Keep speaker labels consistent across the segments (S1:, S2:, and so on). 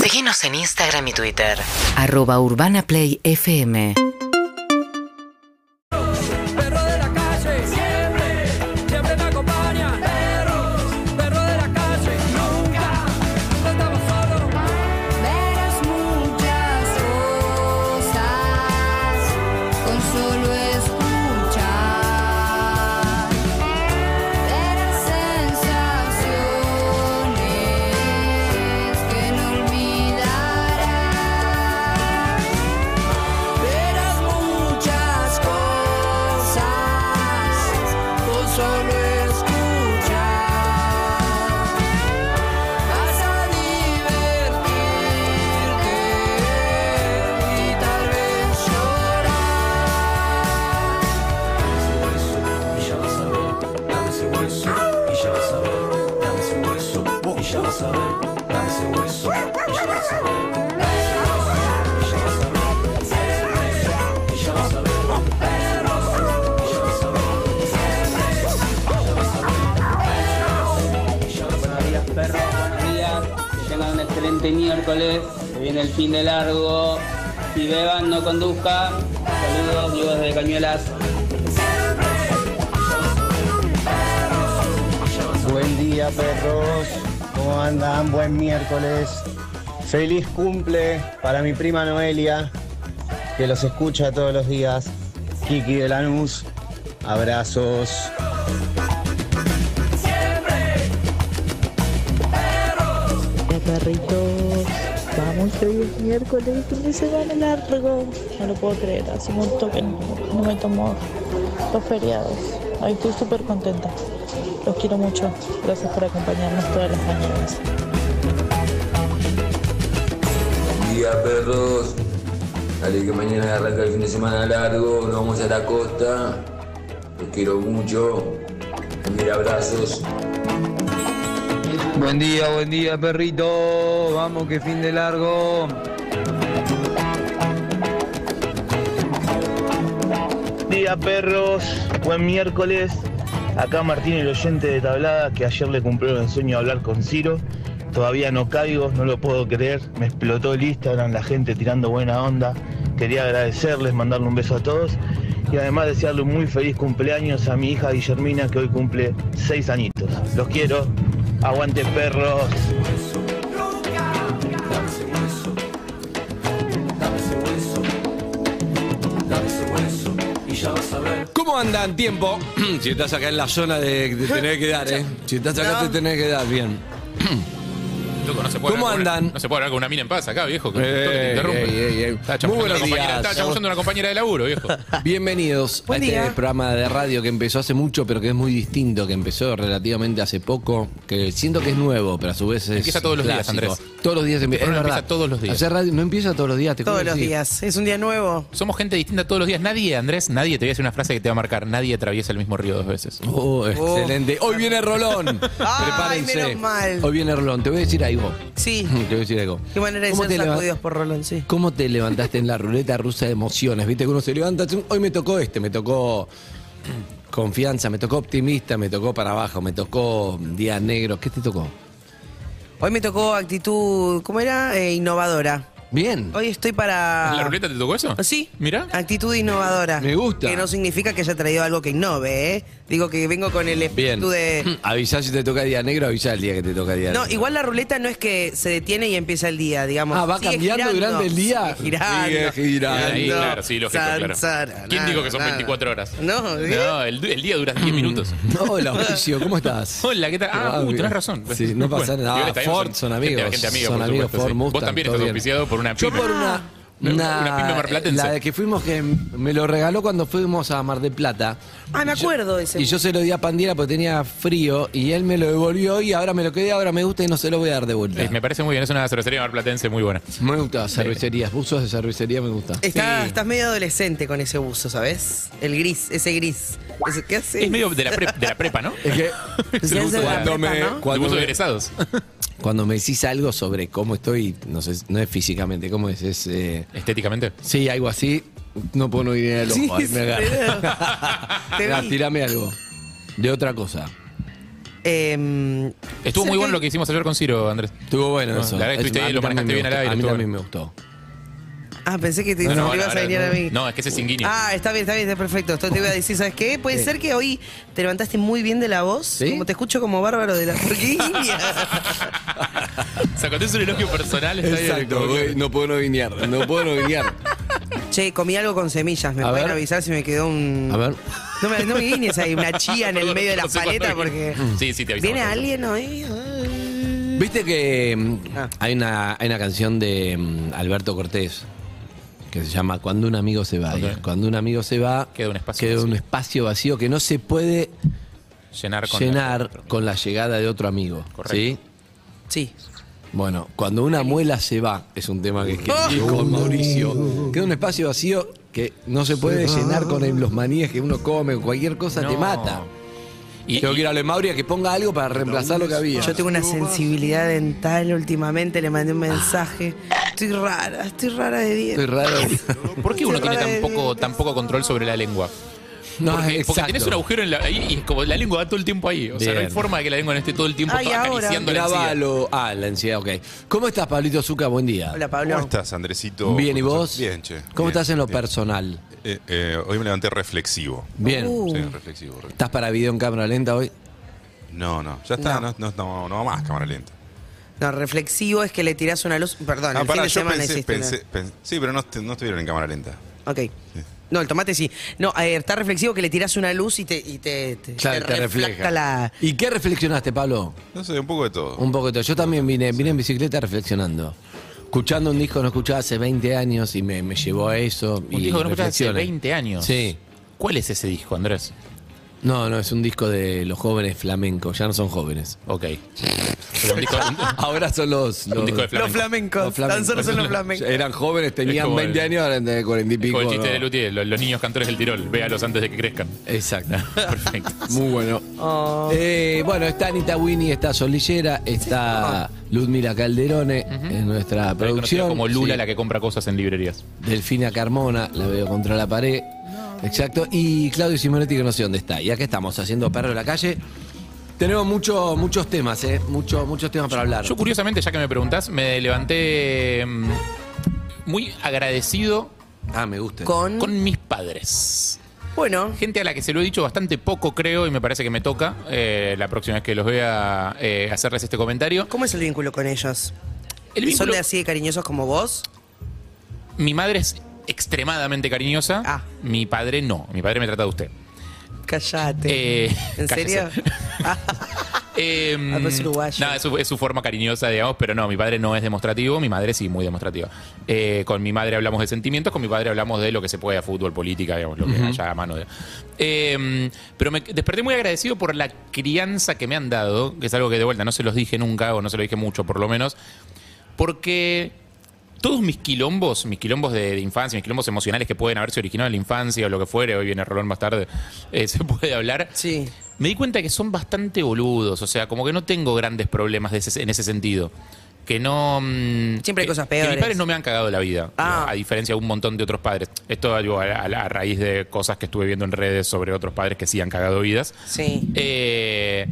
S1: Seguinos en Instagram y Twitter.
S2: Arroba Urbana Play FM.
S3: Perro de la calle, siempre, siempre me acompaña. Perros, perro de la calle, nunca, no estaba solo.
S4: Verás muchas cosas con solo escuchar. Verás sensaciones que no olvidarás. Verás muchas cosas con solo escuchar. Vas a divertirte y tal vez llorar.
S5: Y ya vas a ver, dame ese hueso. Y ya vas a ver, dame ese hueso. Y ya vas a ver, dame ese hueso. Y ya vas a ver.
S6: perros, buen día. Que tengan un excelente miércoles. Se viene el fin de largo. Si beban, no conduzcan. Saludos, Diego desde Cañuelas.
S7: Buen día, perros. ¿Cómo andan? Buen miércoles. Feliz cumple para mi prima Noelia, que los escucha todos los días. Kiki de Lanús. Abrazos.
S8: Hola perritos, vamos hoy es miércoles, fin de semana largo. No lo puedo creer, hace un montón que no no me tomo los feriados. Hoy estoy súper contenta. Los quiero mucho. Gracias por acompañarnos todas las mañanas.
S9: Buen día, perros. Dale que mañana arranca el fin de semana largo, nos vamos a la costa. Los quiero mucho. Mil abrazos.
S10: Buen día, buen día, perrito. Vamos, que fin de largo.
S11: día perros, buen miércoles. Acá Martín el oyente de Tablada que ayer le cumplió el sueño de hablar con Ciro. Todavía no caigo, no lo puedo creer. Me explotó el Instagram, la gente tirando buena onda. Quería agradecerles, mandarle un beso a todos y además desearle un muy feliz cumpleaños a mi hija Guillermina que hoy cumple seis añitos. Los quiero. Aguante perros.
S12: ¿Cómo andan tiempo? si estás acá en la zona de, de tener que dar, ¿eh? Si estás acá te tenés que dar, bien.
S13: Loco, no se puede
S12: ¿Cómo
S13: hablar con una-
S12: andan?
S13: no se puede hablar con una mina en paz acá, viejo. Que
S12: Ey,
S13: todo te interrumpe.
S12: ey, ey, ey.
S13: Estaba chamullando a una
S12: Muy buenos
S13: compañera,
S12: días.
S13: estaba chamullando a una compañera de laburo, viejo.
S12: Bienvenidos
S13: Buen
S12: a este
S13: día.
S12: programa de radio que empezó hace mucho, pero que es muy distinto, que empezó relativamente hace poco, que siento que es nuevo, pero a su vez es
S13: Empieza todos los días, Andrés.
S12: Todos los días
S13: Este
S12: empieza.
S13: programa empieza todos los días.
S12: Hacer radio no empieza todos los días, te
S14: Todos
S12: juro
S14: los
S12: que sí.
S14: días. Es un día nuevo.
S13: Somos gente distinta todos los días. Nadie, Andrés, nadie, te voy a decir una frase que te va a marcar. Nadie atraviesa el mismo río dos veces.
S12: Oh, excelente. Hoy viene Rolón.
S14: Ay,
S12: Prepárense.
S14: menos mal.
S12: Hoy viene Rolón. Te voy a decir algo.
S14: Sí.
S12: Te voy a decir algo.
S14: Qué manera de
S12: ¿Cómo
S14: ser
S12: te leva-
S14: sacudidos por Rolón, sí.
S12: ¿Cómo te levantaste en la ruleta rusa de emociones? Viste que uno se levanta, chum, hoy me tocó este, me tocó confianza, me tocó optimista, me tocó para abajo, me tocó día negro. ¿Qué te tocó?
S14: Hoy me tocó actitud, ¿cómo era? Eh, innovadora.
S12: Bien.
S14: Hoy estoy para...
S13: ¿La ruleta te tocó eso?
S14: Sí.
S13: Mira.
S14: Actitud innovadora.
S12: Me gusta.
S14: Que no significa que haya traído algo que innove, ¿eh? Digo que vengo con el
S12: Bien.
S14: espíritu de...
S12: Avisá si te toca día negro, avisá el día que te toca día
S14: No,
S12: negro.
S14: igual la ruleta no es que se detiene y empieza el día, digamos.
S12: Ah, va
S14: Sigue
S12: cambiando
S14: girando.
S12: durante el día.
S14: Sigue girando.
S12: Sigue girando.
S13: Ahí, claro, sí, lógico,
S14: San,
S13: claro.
S14: sara,
S13: ¿Quién
S14: nada,
S13: dijo que son
S14: nada.
S13: 24 horas?
S14: No, ¿eh?
S13: No, el, el día dura 10 minutos.
S12: Hola, Mauricio, ¿cómo estás?
S13: Hola, ¿qué tal? Ah, uh, tenés razón.
S12: Sí, no pasa
S13: Bueno,
S12: nada.
S13: igual
S12: Ford,
S13: también
S12: son, amigos.
S13: Gente, gente amiga,
S12: son
S13: por
S12: amigos
S13: supuesto,
S12: Ford,
S13: sí.
S12: Mustang,
S13: Vos también
S12: todo
S13: estás
S12: bien.
S13: auspiciado por una
S12: Yo
S13: pyme. Ah,
S12: por una...
S13: Una-
S12: Ah. una- eh,
S13: una pyme marplatense.
S12: La de que fuimos que me lo regaló cuando fuimos a Mar del Plata.
S14: Ah, me acuerdo de ese.
S12: Y yo se lo di a Pandiera porque tenía frío y él me lo devolvió y ahora me lo quedé, ahora me gusta y no se lo voy a dar de vuelta.
S13: Eh, Me parece muy bien, es una cervecería marplatense muy buena.
S12: Me gusta cervecerías, buzos de cervecería me gusta.
S14: Está-
S13: Sí.
S14: Estás medio adolescente con ese buzo, ¿sabes? El gris, ese gris. Ese- ¿Qué hace?
S13: Es medio de la, pre- de la prepa, ¿no?
S12: Es que
S14: Es el buzo de la
S12: cuando
S14: prepa,
S12: me,
S14: ¿no?
S13: De
S12: cuando,
S13: buzo de
S12: me,
S13: egresados.
S12: cuando me decís algo sobre cómo estoy, no sé, no es físicamente, cómo es, es eh,
S13: Estéticamente.
S12: sí, algo así, no puedo no ir al ojo,
S14: Sí,
S12: ahí me agarra.
S14: Te
S12: Nah,
S14: vi.
S12: tirame algo. De otra cosa.
S6: Em,
S9: Estuvo muy bueno lo que hicimos ayer con Ciro, Andrés.
S13: Estuvo bueno eso.
S9: La verdad que
S13: Es-
S9: estuviste
S13: a
S9: ahí,
S13: mí
S9: lo
S13: también me
S9: manejaste bien al
S13: gustó,
S9: aire.
S13: a mí
S9: estuvo
S13: también me
S9: bueno.
S13: gustó.
S6: Ah, pensé que te,
S9: No, no,
S6: te ibas
S9: ahora,
S6: a venir
S9: no.
S6: a mí.
S9: No, es que ese es sanguíneo.
S6: Ah, está bien, está bien, está perfecto. Esto te iba a decir, ¿sabes qué? Puede
S9: Sí.
S6: ser que hoy te levantaste muy bien de la voz. Como te escucho como bárbaro de la Virginia.
S9: Sacate un elogio personal, está bien.
S13: Exacto, güey, no puedo no viñar, no puedo no viñar.
S6: che, comí algo con semillas. ¿Me
S13: A
S6: pueden
S13: ver.
S6: avisar si me quedó un.
S13: A ver.
S6: No me, no me guiñes ahí, una chía en el medio de la paleta porque.
S9: Sí, sí, te avisamos.
S6: ¿Viene alguien hoy?
S13: Viste que mm, hay, una, hay una canción de mm, Alberto Cortés que se llama Cuando un amigo se va. Y es Cuando un amigo se va, queda un espacio, vacío. que no se puede
S9: Llenar con
S13: llenar con la llegada de otro amigo. ¿Sí?
S6: Sí.
S13: Bueno, cuando una muela se va, es un tema que escribí con Mauricio. Queda un espacio vacío que no se puede
S9: va.
S13: llenar con el- los maníes que uno come, o cualquier cosa te
S9: No.
S13: mata. Y, Tengo que ir a Mauri a que ponga algo para reemplazar lo que había.
S6: Yo tengo una sensibilidad dental últimamente, le mandé un mensaje. Estoy rara, estoy rara de dientes.
S9: ¿Por qué uno
S6: Estoy
S9: tiene
S6: rara
S9: tan
S6: de
S9: poco, tan poco control sobre la lengua?
S13: No,
S9: porque, porque
S13: exacto.
S9: tenés un agujero en la, ahí y es como la lengua va todo el tiempo ahí. O sea, no hay
S13: Bien.
S9: forma de que la lengua no esté todo el tiempo acariciando la encía.
S13: Grabalo. Ah, la ansiedad, ok. ¿Cómo estás, Pablito Zuca? Buen día.
S6: Hola, Pablo.
S15: ¿Cómo estás, Andresito?
S13: Bien, ¿y vos?
S15: Bien, che.
S13: ¿Cómo
S15: Bien,
S13: estás en lo
S15: bien.
S13: personal?
S15: Eh, eh, hoy me levanté reflexivo.
S13: Bien.
S15: Sí,
S9: Uh.
S15: reflexivo. re-
S13: ¿Estás para video en cámara lenta hoy?
S15: No, no, ya está, no, no, no, no va más cámara lenta.
S6: No, reflexivo es que le tirás una luz. Perdón,
S15: Ah,
S6: el
S15: pará,
S6: fin de
S15: yo
S6: semana
S15: pensé,
S6: hiciste una-
S15: pensé- pensé- Sí, pero no, est- no estuvieron en cámara lenta.
S6: Ok. No, el tomate sí. No, eh, está reflexivo que le tirás una luz y te, y te, te-
S13: Claro, te
S6: refracta
S13: refleja.
S6: la.
S13: ¿Y qué reflexionaste, Pablo?
S15: No sé, un poco de todo.
S13: Un poco de todo. Yo también vine, vine en bicicleta reflexionando. Escuchando un disco que no escuchaba hace 20 años y me, me llevó a eso.
S9: Un
S13: y
S9: disco que no escuchás hace
S13: reflexiones.
S9: 20 años.
S13: Sí.
S9: ¿Cuál es ese disco, Andrés?
S13: No, no, es un disco de los jóvenes flamencos. Ya no son jóvenes.
S9: Ok.
S13: ahora son los,
S9: Un disco de flamenco. Los flamencos. Tan solo son los flamencos.
S13: Eran jóvenes,
S9: Es
S13: tenían
S9: como
S13: 20
S9: el-
S13: años, ahora tienen 40 y pico.
S9: Con el chiste
S13: ¿no?
S9: de Lutier, los, los niños cantores del Tirol. Véalos antes de que crezcan.
S13: Exacto.
S9: Perfecto.
S13: Muy bueno.
S9: Oh.
S13: Eh, bueno, está Anita Winnie, está Solillera,
S9: Ah.
S13: está Ludmila Calderone en nuestra
S9: También conocida
S13: producción.
S9: como Lula,
S13: Sí.
S9: la que compra cosas en librerías.
S13: Delfina Carmona, la veo contra la pared. Exacto. Y Claudio Simonetti, que no sé dónde está. Y acá estamos, haciendo perro de la calle. Tenemos mucho- muchos temas, ¿eh? Mucho- muchos temas para hablar.
S9: Yo curiosamente, ya que me preguntás, me levanté mm, muy agradecido
S13: ah, me gusta.
S6: Con-
S9: mis padres.
S6: Bueno.
S9: Gente a la que se lo he dicho bastante poco, creo, y me parece que me toca eh, la próxima vez que los vea eh, hacerles este comentario.
S6: ¿Cómo es el vínculo con ellos?
S9: El
S6: ¿Son
S9: vínculo-
S6: de así de cariñosos como vos?
S9: Mi madre es extremadamente cariñosa.
S6: Ah.
S9: Mi padre no. Mi padre me trata de usted.
S6: Callate.
S9: Eh,
S6: ¿En
S9: cállese.
S6: serio?
S9: Em,
S6: Ah, pero es uruguayo.
S9: no, es su, es su forma cariñosa, digamos, pero no, mi padre no es demostrativo, mi madre sí, muy demostrativa. Eh, con mi madre hablamos de sentimientos, con mi padre hablamos de lo que se puede a fútbol, política, digamos, lo que
S13: Ujú.
S9: haya a mano. de- Eh, pero me desperté muy agradecido por la crianza que me han dado, que es algo que de vuelta no se los dije nunca, o no se lo dije mucho por lo menos, porque todos mis quilombos, mis quilombos de, de infancia, mis quilombos emocionales que pueden haberse originado en la infancia o lo que fuere, hoy viene Rolón más tarde, eh, se puede hablar.
S6: Sí.
S9: Me di cuenta que son bastante boludos, o sea, como que no tengo grandes problemas de ese- en ese sentido. Que no. Siempre hay cosas Que
S6: peores.
S9: mis padres no me han cagado la vida. A diferencia de un montón de otros padres. Esto algo a, a- a raíz de cosas que estuve viendo en redes sobre otros padres que sí han cagado vidas.
S6: Sí.
S9: Eh,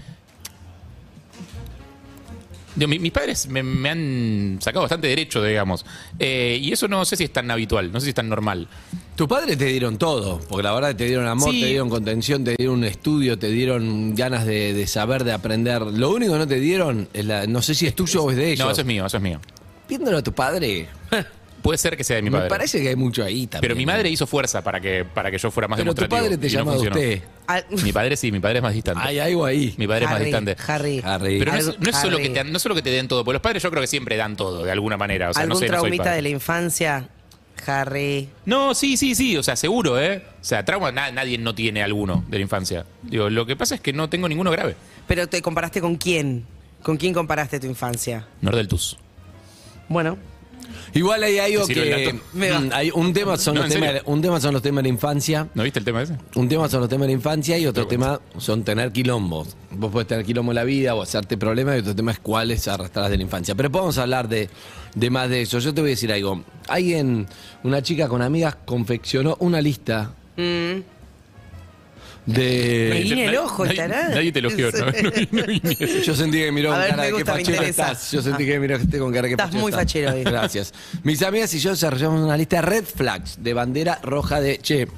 S9: digo, mi- mis padres me, me han sacado bastante derecho, digamos. Eh, y eso no sé si es tan habitual, no sé si es tan normal.
S13: Tus padres te dieron todo, porque la verdad te dieron amor,
S9: Sí.
S13: te dieron contención, te dieron un estudio, te dieron ganas de, de saber, de aprender. Lo único que no te dieron, es la, no sé si es tuyo o es de ellos.
S9: No, eso es mío, eso es mío.
S13: Viéndolo a tu padre,
S9: Puede ser que sea de mi
S13: me
S9: padre.
S13: parece que hay mucho ahí también. ¿eh?
S9: Pero mi madre hizo fuerza para que, para que yo fuera más
S13: Pero tu
S9: demostrativo.
S13: padre te
S9: y no
S13: llama a
S9: funcionó.
S13: usted.
S6: Al-
S9: Mi padre sí, mi padre es más distante.
S13: Hay algo ahí.
S9: Mi padre
S6: Harry,
S9: es más distante.
S6: Harry.
S9: Pero no es,
S6: Algo-
S9: no es solo
S6: Harry.
S9: que te, no es solo que te den todo, porque los padres yo creo que siempre dan todo, de alguna manera. O sea,
S6: ¿Algún
S9: no sé, no soy
S6: traumita
S9: padre.
S6: de la infancia? Harry.
S9: No, sí, sí, sí, o sea, seguro, ¿eh? O sea, trauma na- nadie no tiene alguno de la infancia. Digo, lo que pasa es que no tengo ninguno grave.
S6: ¿Pero te comparaste con quién? ¿Con quién comparaste tu infancia?
S9: Nordeltus.
S6: Bueno.
S13: Igual ahí hay algo
S9: ¿Te sirve el
S13: que.
S9: dato?
S13: Mm, hay un, tema son
S9: No,
S13: los
S9: en
S13: temas,
S9: serio.
S13: un tema son los temas de la infancia.
S9: ¿No viste el tema ese?
S13: Un tema son los temas de la infancia y otro tema son tener quilombos. Vos podés tener quilombo en la vida o hacerte problemas y otro tema es cuáles arrastrás de la infancia. Pero podemos hablar de, de más de eso. Yo te voy a decir algo.
S6: Mm.
S13: Alguien, una chica con amigas, confeccionó una lista
S9: Eh,
S13: de.
S6: Me guiña el ojo,
S13: Nadie-
S6: tarado.
S13: nadie te elogió, ¿no? Yo sentí que miró
S6: A
S13: con
S6: ver,
S13: cara
S6: me
S13: de qué
S6: gusta, me
S13: fachero
S6: interesa.
S13: estás. Yo sentí que miró gente con cara de qué
S6: Estás muy fachero hoy.
S13: Gracias. Mis amigas y yo desarrollamos una lista de red flags de bandera roja de che.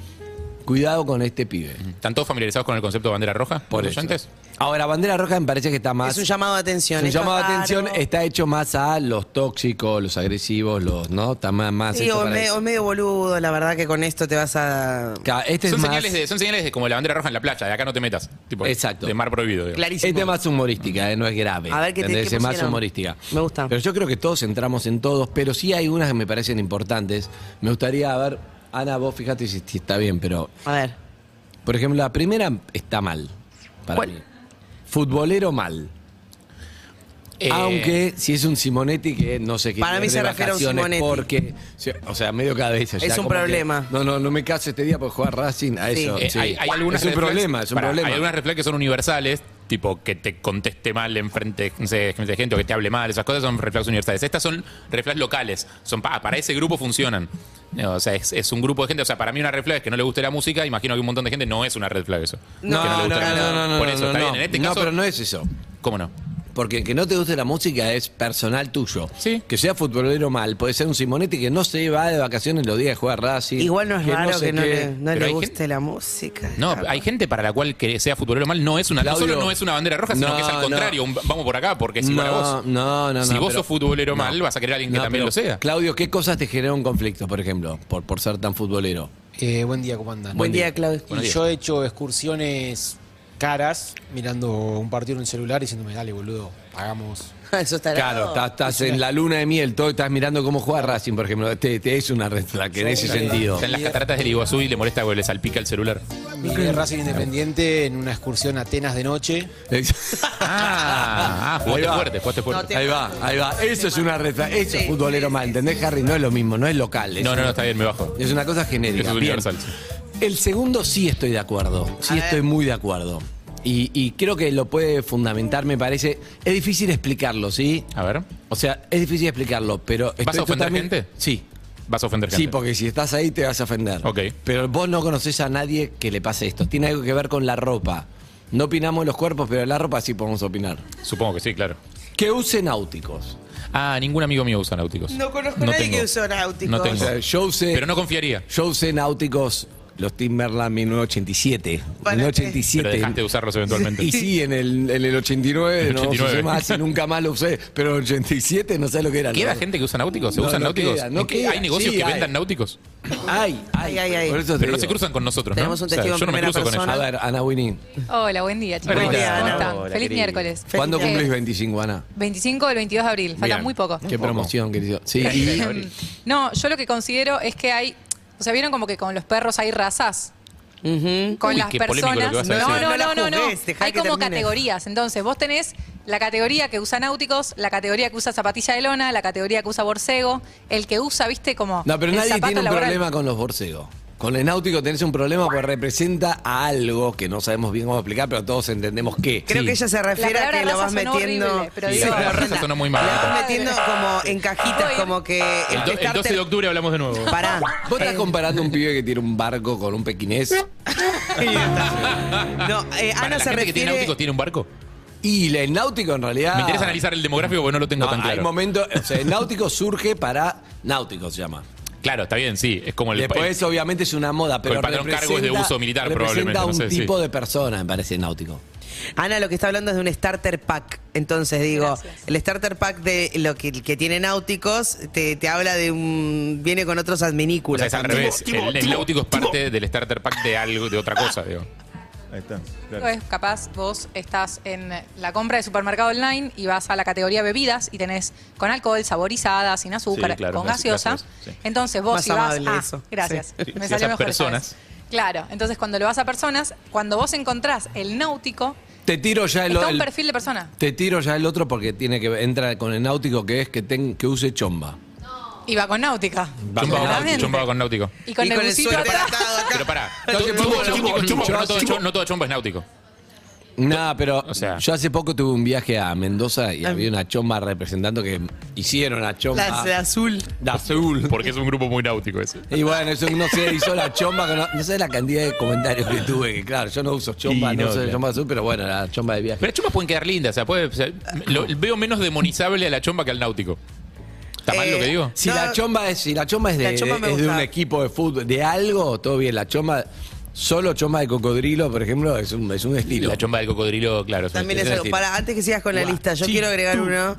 S13: Cuidado con este pibe.
S9: ¿Están todos familiarizados con el concepto de bandera roja?
S13: Por
S9: los
S13: eso.
S9: oyentes?
S13: Ahora, bandera roja me parece que está más.
S6: Es un llamado de atención.
S13: Es un
S6: está
S13: llamado de
S6: raro.
S13: atención está hecho más a los tóxicos, los agresivos, los, ¿no? Está más, más
S6: Sí,
S13: hecho
S6: o,
S13: para
S6: me-
S13: eso.
S6: o medio boludo, la verdad que con esto te vas a.
S13: Ca- Este es
S9: son,
S13: más,
S9: señales de, son señales de como la bandera roja en la playa, de acá no te metas. Tipo, Exacto. De mar prohibido. digamos.
S13: Este es más humorística, eh, no es grave.
S9: A ver, ¿qué te-
S13: ¿entendés?
S9: qué
S13: Es más
S9: pusieron?
S13: humorística.
S6: Me gusta.
S13: Pero yo creo que todos entramos en todos, pero sí hay unas que me parecen importantes. Me gustaría, a ver, Ana, vos fíjate si, si está bien, pero.
S6: A ver.
S13: Por ejemplo, la primera está mal. Para mí. Futbolero mal.
S6: Eh,
S13: Aunque si es un Simonetti que no sé qué
S6: Para
S13: pierde
S6: mí se refiere a un
S13: vacaciones
S6: Simonetti.
S13: porque o sea medio cabeza ya
S6: Es un
S13: como que,
S6: problema.
S13: no no no me caso este día por jugar Racing a
S9: Sí.
S13: eso
S9: Eh,
S13: sí.
S9: hay, hay algunas
S13: es un
S9: red flags-
S13: problema es un
S9: pará,
S13: problema
S9: Hay algunas red flags que son universales, tipo que te conteste mal en frente no sé, gente de gente o que te hable mal, esas cosas son red flags universales. Estas son red flags locales, son pa- ah, para ese grupo funcionan. No, O sea, es, es un grupo de gente. O sea, para mí una red flag es que no le guste la música. Imagino que un montón de gente no es una red flag eso.
S13: No,
S9: Que le
S13: no,
S9: guste
S13: no,
S9: la música.
S13: no, no,
S9: Por
S13: no,
S9: eso,
S13: no,
S9: está
S13: no.
S9: bien. En este
S13: No,
S9: caso.
S13: pero no es eso.
S9: ¿Cómo no?
S13: Porque que no te guste la música es personal tuyo. Que sea futbolero mal, puede ser un Simonetti que no se va de vacaciones los días de jugar Racing.
S6: Igual no es raro
S13: sé
S6: que no
S13: qué.
S6: le, no le
S9: Pero hay
S6: guste la música.
S9: No, hay gente para la cual que sea futbolero mal no es una no
S13: Claudio.
S9: solo no es una bandera roja, sino
S13: No,
S9: que es al
S13: no.
S9: contrario, un- vamos por acá porque si
S13: no,
S9: para vos
S13: no, no,
S9: si
S13: no,
S9: vos
S13: pero-
S9: sos futbolero
S13: no.
S9: mal, vas a querer a alguien que
S13: No,
S9: también
S13: pero,
S9: lo sea.
S13: Claudio, ¿qué cosas te generan conflictos, por ejemplo, por, por ser tan futbolero?
S16: Eh, buen día, ¿cómo andan?
S13: Buen día, Claudio.
S16: Y
S13: Buenos días.
S16: yo he hecho excursiones caras mirando un partido en un celular y diciéndome, dale, boludo, pagamos.
S6: Eso está
S13: Claro, estás, estás en la luna de miel, todo estás mirando cómo juega Racing, por ejemplo. Te, te es una red flag en ese sentido.
S9: Está en las cataratas del Iguazú y le molesta que le salpica el celular.
S16: Miré Racing Independiente en una excursión a Atenas de noche.
S9: Ah, ah, jugaste
S13: Ahí va.
S9: fuerte, jugaste fuerte.
S13: ahí va, ahí va. Eso es una red flag, Eso es futbolero mal, ¿entendés, Harry? No es lo mismo, no es local. es
S9: No, no,
S13: una-
S9: no, está bien, me bajo.
S13: Es una cosa genérica.
S9: Eso es
S13: Bien.
S9: universal.
S13: El segundo sí estoy de acuerdo. Sí estoy muy de acuerdo. Y, y creo que lo puede fundamentar, me parece. Es difícil explicarlo, ¿sí?
S9: A ver.
S13: O sea, es difícil explicarlo, pero.
S9: Ah. ¿Vas a ofender
S13: totalmente-
S9: gente?
S13: Sí.
S9: ¿Vas a ofender gente?
S13: Sí, porque si estás ahí te vas a ofender.
S9: Ok.
S13: Pero vos no conoces a nadie que le pase esto. Tiene algo que ver con la ropa. No opinamos los cuerpos, pero de la ropa sí podemos opinar.
S9: Supongo que sí, claro.
S13: Que usen náuticos.
S9: Ah, ningún amigo mío usa náuticos.
S6: No conozco a
S9: No
S6: nadie
S9: tengo.
S6: que usó náuticos.
S9: No tengo.
S13: O sea, yo usé.
S9: Pero no confiaría.
S13: Yo usé náuticos, los Timberland 1987.
S6: ¿Para qué?
S13: 1987.
S9: Pero dejaste de usarlos eventualmente.
S13: Y sí, en el, en el 89,
S9: El
S13: no los usé
S9: 89.
S13: más y nunca más lo usé. Pero en 87 no sé lo que era.
S9: ¿Queda
S13: ¿no?
S9: gente que usa náuticos? ¿Se
S13: No,
S9: usan
S13: no
S9: náuticos?
S13: queda, no
S9: ¿En qué-
S13: queda.
S9: ¿Hay negocios
S13: Sí,
S9: que
S13: hay.
S9: vendan náuticos?
S13: Ay, ay,
S6: ay, ay.
S13: Por eso te
S9: Pero no
S13: digo.
S9: se cruzan con nosotros, ¿no?
S6: Tenemos un
S9: O sea,
S6: testigo en
S9: yo no me
S6: primera
S9: cruzo con ellos.
S6: persona.
S13: A ver, Ana Winnie.
S17: Hola, buen día, chicos.
S13: Buen
S17: ¿Cómo
S13: día, Ana.
S17: están?
S13: Hola,
S17: Feliz
S13: querida.
S17: miércoles.
S13: ¿Cuándo
S17: Eh,
S13: cumplís 25, Ana?
S17: 25 del 22 de abril, falta
S13: Bien.
S17: muy poco.
S13: Qué promoción, querido. Sí,
S17: Bien,
S13: y-
S17: bien, abril. No, yo lo que considero es que hay, o sea, vieron como que con los perros hay razas. Con
S6: Uy,
S17: las
S6: qué polémico lo que
S17: personas.
S6: vas a decir.
S17: no,
S6: No la
S17: no, no, no.
S6: juzgues, dejá
S17: Hay
S6: que
S17: como
S6: termine.
S17: categorías. Entonces, vos tenés la categoría que usa náuticos, la categoría que usa zapatilla de lona, la categoría que usa borcego, el que usa, viste, como.
S13: No, pero
S17: el
S13: nadie
S17: zapato
S13: tiene un
S17: laboral.
S13: problema con los borcegos. Con el náutico tenés un problema porque representa a algo que no sabemos bien cómo explicar, pero todos entendemos qué.
S6: Creo que ella se refiere a
S17: palabra
S6: que lo
S17: raza
S6: vas
S17: sonó
S6: metiendo.
S17: horrible, pero
S6: Sí,
S17: digo-
S6: como
S9: La raza
S6: horrenda.
S9: sonó muy mal.
S6: Lo vas metiendo como en eh, cajitas, como que.
S9: El, do- el 12 de octubre hablamos de nuevo.
S6: Pará.
S13: ¿Vos estás comparando un pibe que tiene un barco con un pequinés?
S6: No, eh,
S9: Para,
S6: Ana
S9: ¿La
S6: se
S9: gente que
S6: refiere. Ah.
S9: tiene náuticos tiene un barco?
S13: Y el náutico en realidad.
S9: Me interesa analizar el demográfico porque no lo tengo
S13: No,
S9: tan
S13: Hay
S9: claro.
S13: momentos. O sea, el náutico surge para. Náutico se llama.
S9: Claro, está bien, sí. Es como el eh,
S13: Después, obviamente, es una moda, pero.
S9: pues. el patrón
S13: representa-
S9: cargo es de uso militar, probablemente,
S13: Representa
S9: no
S13: un
S9: sé, sí.
S13: tipo de persona, me parece, el náutico.
S6: Ana lo que está hablando es de un starter pack. Entonces digo, el starter pack de lo que, que tiene náuticos te, te habla de un. viene con otros
S9: O
S6: adminículos.
S9: sea, es al revés. el, el náutico es parte del starter pack de algo, de otra cosa, digo.
S15: Ahí está.
S17: Es capaz vos estás en la compra de supermercado online y vas a la categoría bebidas y tenés con alcohol, saborizada, sin azúcar,
S9: Sí, claro,
S17: con
S9: es-
S17: gaseosa.
S9: gaseosa, sí.
S17: Entonces vos
S6: Más
S17: si vas
S6: amable
S17: ah,
S6: eso.
S17: gracias.
S9: Si-
S17: Me
S9: si
S17: salió
S9: vas a
S17: mejor esta
S9: personas.
S17: vez. Claro, entonces cuando lo vas a personas, cuando vos encontrás el náutico,
S13: Te tiro ya el,
S17: está un
S13: el-
S17: perfil de persona.
S13: Te tiro ya el otro porque tiene que entra con el náutico que es que, ten- que use chomba.
S17: Y va con náutica.
S9: Chumbado con náutico.
S17: Claramente.
S9: chumbado con náutico.
S17: Y con el busito atrás.
S9: Pero pará.
S13: Yo
S9: Todo-
S13: te
S9: todo
S13: pongo
S9: náutico-
S13: chumbo,
S9: chumbo, pero no todo
S13: chumbo.
S9: chumbo- No todo chumbo es náutico.
S13: Nada, pero yo hace poco tuve un viaje a Mendoza y había una chomba representando que hicieron a chomba.
S6: La- la azul.
S13: La azul.
S9: Porque es un grupo muy náutico ese.
S13: Y bueno, eso no se hizo la chomba. que No, no sé la cantidad de comentarios que tuve. Que claro, yo no uso chomba,
S9: Y
S13: no,
S9: no,
S13: uso
S9: claro.
S13: chomba azul, pero bueno, la chomba de viaje.
S9: Pero las chombas pueden quedar lindas. O sea, puede- o sea, lo- veo menos demonizable a la chomba que al náutico. ¿Está mal
S6: Eh,
S9: lo que digo?
S13: Si, la chomba es, si la chomba es, de,
S9: La chomba me
S13: es de un
S9: gusta.
S13: equipo de fútbol, de algo, todo bien. La chomba, solo chomba de cocodrilo, por ejemplo, es un, es un estilo. La
S9: chomba del cocodrilo, claro. es un
S6: También
S13: estilo.
S6: es algo. Para, antes que sigas con la lista, yo quiero agregar uno.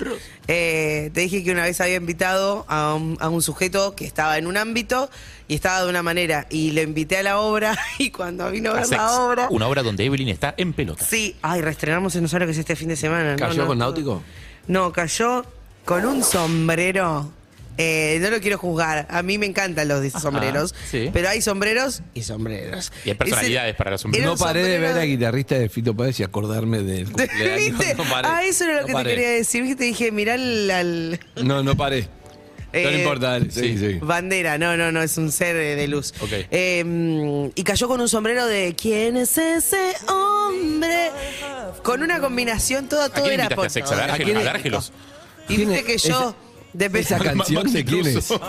S6: Eh, te dije que una vez había invitado a un, a un sujeto que estaba en un ámbito y estaba de una manera. Y lo invité a la obra y cuando vino a ver
S9: Hace ex-
S6: la obra.
S9: Una obra donde Evelyn está en pelota.
S6: Sí, ay, reestrenamos en Osaro que es este fin de semana. ¿no?
S9: ¿Cayó
S6: No,
S9: con Náutico?
S6: No, cayó con un sombrero. Eh, no lo quiero juzgar. A mí me encantan los de sombreros.
S13: sí.
S6: Pero hay sombreros y sombreros.
S9: Ah, Y hay personalidades para los hombres.
S13: No paré de ver a guitarrista de Fito Páez y acordarme del cumpleaños.
S6: ¿Viste?
S13: No paré.
S6: ah, eso era lo
S13: No
S6: que
S13: paré.
S6: te quería decir. ¿Viste? Te dije, mirá al- al-
S13: No, no paré. no
S6: Eh,
S13: importa, dale, sí, sí.
S6: Bandera, no, no, no, es un ser de, de luz.
S13: Ok.
S6: Eh, mm, y cayó con un sombrero de ¿Quién es ese hombre? Con una combinación, toda,
S9: ¿A
S6: todo
S9: quién
S6: era
S9: invitaste a
S6: por-
S9: Sex? ¿A Dárgelos? ¿A Dárgelos?
S6: Y viste que yo. de
S13: esa canción de quién es?
S6: ¿No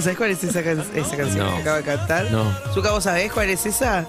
S6: sabés cuál es esa, can- esa canción
S13: No.
S6: que acaba de cantar?
S13: No.
S6: Zuka, ¿vos sabés cuál es esa?